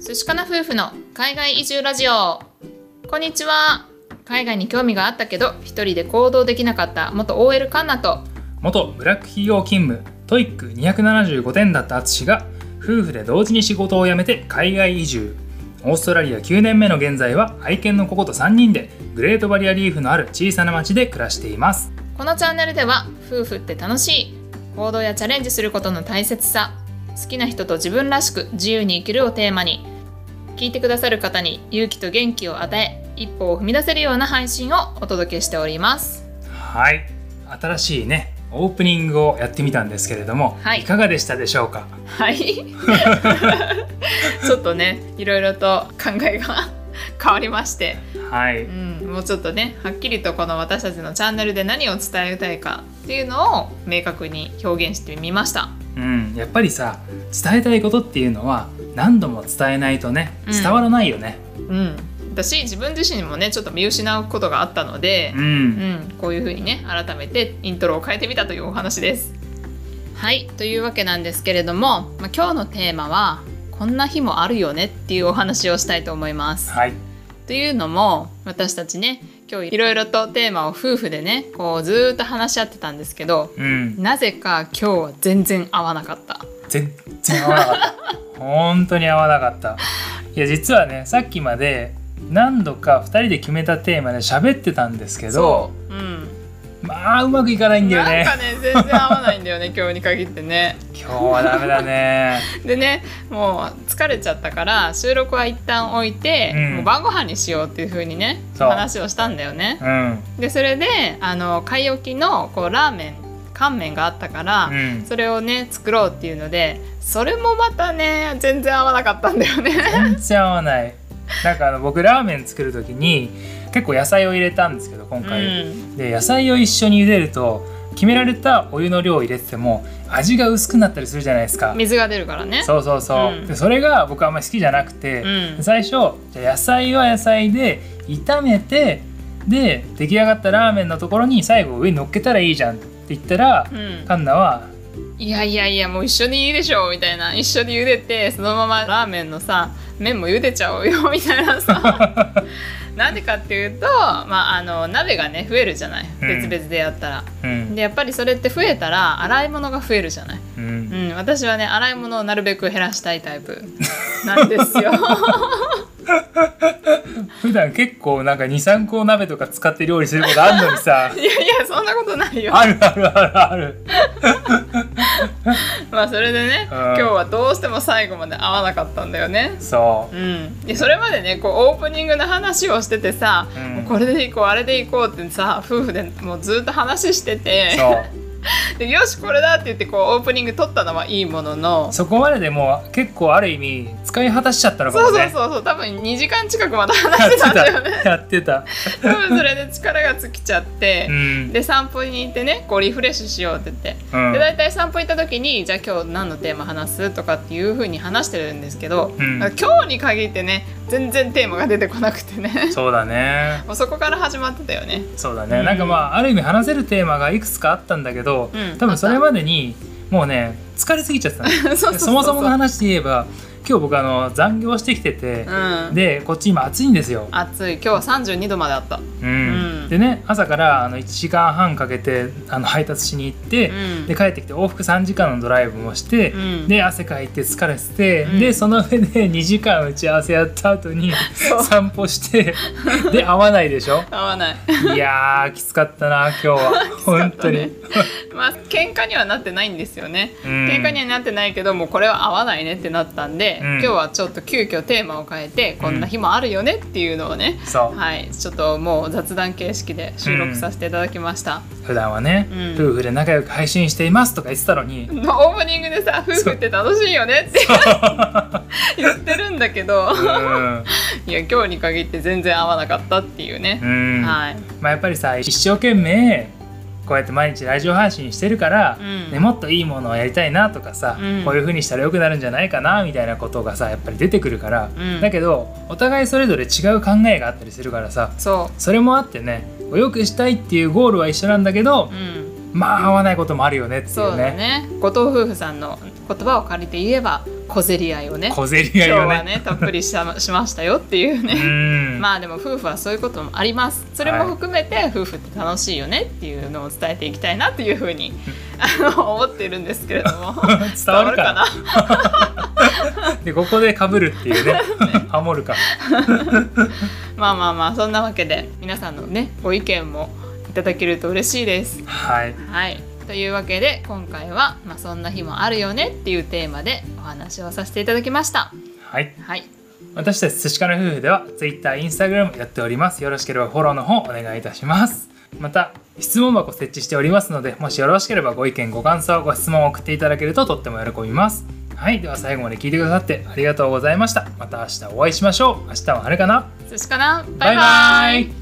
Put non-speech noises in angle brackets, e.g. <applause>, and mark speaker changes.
Speaker 1: 寿司かな夫婦の海外移住ラジオこんにちは海外に興味があったけど一人で行動できなかった元 OL カンナと
Speaker 2: 元ブラック企業勤務トイック275点だった淳が夫婦で同時に仕事を辞めて海外移住オーストラリア9年目の現在は愛犬のココと3人でグレートバリアリーフのある小さな町で暮らしています
Speaker 1: このチャンネルでは夫婦って楽しい行動やチャレンジすることの大切さ好きな人と自分らしく自由に生きるをテーマに聞いてくださる方に勇気と元気を与え一歩を踏み出せるような配信をお届けしております
Speaker 2: はい新しいねオープニングをやってみたんですけれども、
Speaker 1: はい
Speaker 2: いかがでしたでしょうか
Speaker 1: はい <laughs> ちょっとねいろいろと考えが <laughs> 変わりまして、
Speaker 2: はい、
Speaker 1: うん、もうちょっとねはっきりとこの私たちのチャンネルで何を伝えたいかっていうのを明確に表現してみました
Speaker 2: うん、やっぱりさ伝えたいことっていうのは何度も伝えないとね
Speaker 1: うん
Speaker 2: 伝わらないよね、
Speaker 1: うん、私自分自身もねちょっと見失うことがあったので
Speaker 2: う、ん
Speaker 1: うん、こういうふうにね改めてイントロを変えてみたというお話です。はいというわけなんですけれども、まあ、今日のテーマは「こんな日もあるよね」っていうお話をしたいと思います。
Speaker 2: はい
Speaker 1: というのも私たちね今日いろいろとテーマを夫婦でねこうずーっと話し合ってたんですけど
Speaker 2: うん
Speaker 1: なぜか今日は全然合わなかった。
Speaker 2: 全然合わなかった本当に合わなかったいや実はねさっきまで何度か2人で決めたテーマで喋ってたんですけど
Speaker 1: う、うん
Speaker 2: まあうまくいかないんだよ
Speaker 1: なん
Speaker 2: ね
Speaker 1: かね全然合わないんだよね <laughs> 今日に限ってね。
Speaker 2: 今日はダメ
Speaker 1: <laughs>
Speaker 2: だね
Speaker 1: でねもう疲れちゃったから収録は一旦置いて、
Speaker 2: うん
Speaker 1: もう晩ご飯にしようっていう風にね
Speaker 2: そう
Speaker 1: 話をしたんだよね
Speaker 2: う。ん
Speaker 1: でそれであの買い置きのこうラーメン乾麺があったから、
Speaker 2: うん
Speaker 1: それをね作ろうっていうのでそれもまたね全然合わなかったんだよね。
Speaker 2: 全然合わないなんかあの僕ラーメン作る時に結構野菜を入れたんですけど今
Speaker 1: う
Speaker 2: 回、
Speaker 1: ん
Speaker 2: で野菜を一緒に茹でると決められたお湯の量を入れてても味が薄くなったりするじゃないですか
Speaker 1: 水が出るからね。
Speaker 2: そうそうそ
Speaker 1: う
Speaker 2: う、
Speaker 1: ん
Speaker 2: でそれが僕あんまり好きじゃなくて、
Speaker 1: うん
Speaker 2: 最初じゃあ野菜は野菜で炒めてで出来上がったラーメンのところに最後上に乗っけたらいいじゃんって言ったら、
Speaker 1: うん
Speaker 2: カンナは「
Speaker 1: いやいやいやもう一緒にいいでしょみたいな一緒に茹でてそのままラーメンのさ麺も茹でちゃおうよ <laughs> みたいなさなんでかっていうと、まあ、あの鍋がね増えるじゃない
Speaker 2: うん
Speaker 1: 別々でやったら、
Speaker 2: うん
Speaker 1: でやっぱりそれって増えたら洗い物が増えるじゃない、
Speaker 2: う
Speaker 1: うんん、私はね洗い物をなるべく減らしたいタイプなん
Speaker 2: <laughs>
Speaker 1: ですよ
Speaker 2: 普段結構なんか23個鍋とか使って料理することあるのにさ <laughs>
Speaker 1: いやいやそんなことないよ
Speaker 2: あるあるあるある
Speaker 1: まあそれでね
Speaker 2: うん
Speaker 1: 今日はどうしても最後まで合わなかったんだよね
Speaker 2: そう
Speaker 1: うん、でそれまでねこうオープニングの話をしててさ、
Speaker 2: うん
Speaker 1: もうこれでいこうあれでいこうってさ夫婦でもうずっと話してて
Speaker 2: そう
Speaker 1: でよしこれだって言ってこうオープニング撮ったのはいいもののそ,、
Speaker 2: そこまででもう結構ある意味使い果たしちゃったのか
Speaker 1: う
Speaker 2: も
Speaker 1: そう
Speaker 2: ね
Speaker 1: そうそう多分2時間近くまた
Speaker 2: やっ
Speaker 1: 話しててたんだよね
Speaker 2: たやってた
Speaker 1: 多分それで力が尽きちゃって
Speaker 2: う、ん
Speaker 1: で散歩に行ってねこうリフレッシュしようって言って。
Speaker 2: うん
Speaker 1: で大体散歩行った時にじゃあ今日何のテーマ話すとかっていう風に話してるんですけど、
Speaker 2: うん
Speaker 1: 今日に限ってね全然テーマが出てこなくてね
Speaker 2: そうだね
Speaker 1: もうそこから始まってたよね。
Speaker 2: そうだね、
Speaker 1: うん
Speaker 2: なんかまあある意味話せるテーマがいくつかあったんだけど、
Speaker 1: うん
Speaker 2: 多分それまでにもうね疲れすぎちゃってたの
Speaker 1: <laughs> そうそうう
Speaker 2: そもそもの話で言えば今日僕あの残業してきてて、
Speaker 1: うん、
Speaker 2: でこっち今暑いんですよ、
Speaker 1: 暑い今日は三十二度まであった。
Speaker 2: うん
Speaker 1: うん
Speaker 2: でね朝からあの1時間半かけてあの配達しに行って、
Speaker 1: うん
Speaker 2: で帰ってきて往復3時間のドライブもして、
Speaker 1: うん
Speaker 2: で汗かいて疲れてて、
Speaker 1: うん
Speaker 2: でその上で2時間打ち合わせやった後に
Speaker 1: そう
Speaker 2: 散歩してで会わないでしょ
Speaker 1: 合わない。
Speaker 2: いやーきつかったな今
Speaker 1: <laughs>
Speaker 2: 日は <laughs> 本当に、
Speaker 1: まあ喧嘩にはなってないんですよね。
Speaker 2: うん
Speaker 1: 喧嘩にはなってないけどもうこれは合わないねってなったんで、
Speaker 2: うん
Speaker 1: 今日はちょっと急遽テーマを変えてこんな日もあるよねっていうのをね、
Speaker 2: そう
Speaker 1: はいちょっともう雑談形式で収録させていただきました。
Speaker 2: 普段はね、
Speaker 1: うん
Speaker 2: 夫婦で仲良く配信していますとか言ってたのに、
Speaker 1: まあオープニングでさ夫婦って楽しいよねって <laughs> 言ってるんだけど
Speaker 2: うん
Speaker 1: いや今日に限って全然合わなかったっていうね。
Speaker 2: うん
Speaker 1: <laughs> はい。
Speaker 2: まあ、やっぱりさ一生懸命こうやって毎日ラジオ配信してるから、
Speaker 1: うん
Speaker 2: ね、もっといいものをやりたいなとかさ、
Speaker 1: うん
Speaker 2: こういう風にしたら良くなるんじゃないかなみたいなことがさやっぱり出てくるから、
Speaker 1: うん
Speaker 2: だけどお互いそれぞれ違う考えがあったりするからさ
Speaker 1: そ
Speaker 2: それもあってね良くしたいっていうゴールは一緒なんだけど
Speaker 1: う。う、ん。
Speaker 2: まあ合わないこともあるよねってい
Speaker 1: そううだ
Speaker 2: ね。
Speaker 1: ね後藤夫婦さんの言葉を借りて言えば小競り合いをね
Speaker 2: 小競り合い
Speaker 1: 今日
Speaker 2: を
Speaker 1: は
Speaker 2: ね
Speaker 1: ねたっぷりしたしましたよっていう
Speaker 2: <laughs> う
Speaker 1: ね
Speaker 2: ん、
Speaker 1: まあでも夫婦はそういうこともありますそれも含めて夫婦って楽しいよねっていうのを伝えていきたいなっていうふうに <laughs> あの思ってるんですけれども
Speaker 2: <laughs> 伝わるかなでここでかぶるっていうねハモるか
Speaker 1: まあまあまあそんなわけで皆さんのねご意見もいただけると嬉しいです。
Speaker 2: はい
Speaker 1: はいというわけで今回は、まあ、そんな日もあるよねっていうテーマでお話をさせていただきました。
Speaker 2: はい
Speaker 1: はい、
Speaker 2: 私たち寿司かの夫婦では Twitter、Instagram やっておりますよろしければフォローの方お願いいたしますまた質問箱設置しておりますのでもしよろしければご意見ご感想ご質問を送っていただけるととっても喜びますはいでは最後まで聞いてくださってありがとうございましたまた明日お会いしましょう明日は晴れかな
Speaker 1: 寿司かなバイバ
Speaker 2: バイバ
Speaker 1: イ
Speaker 2: イ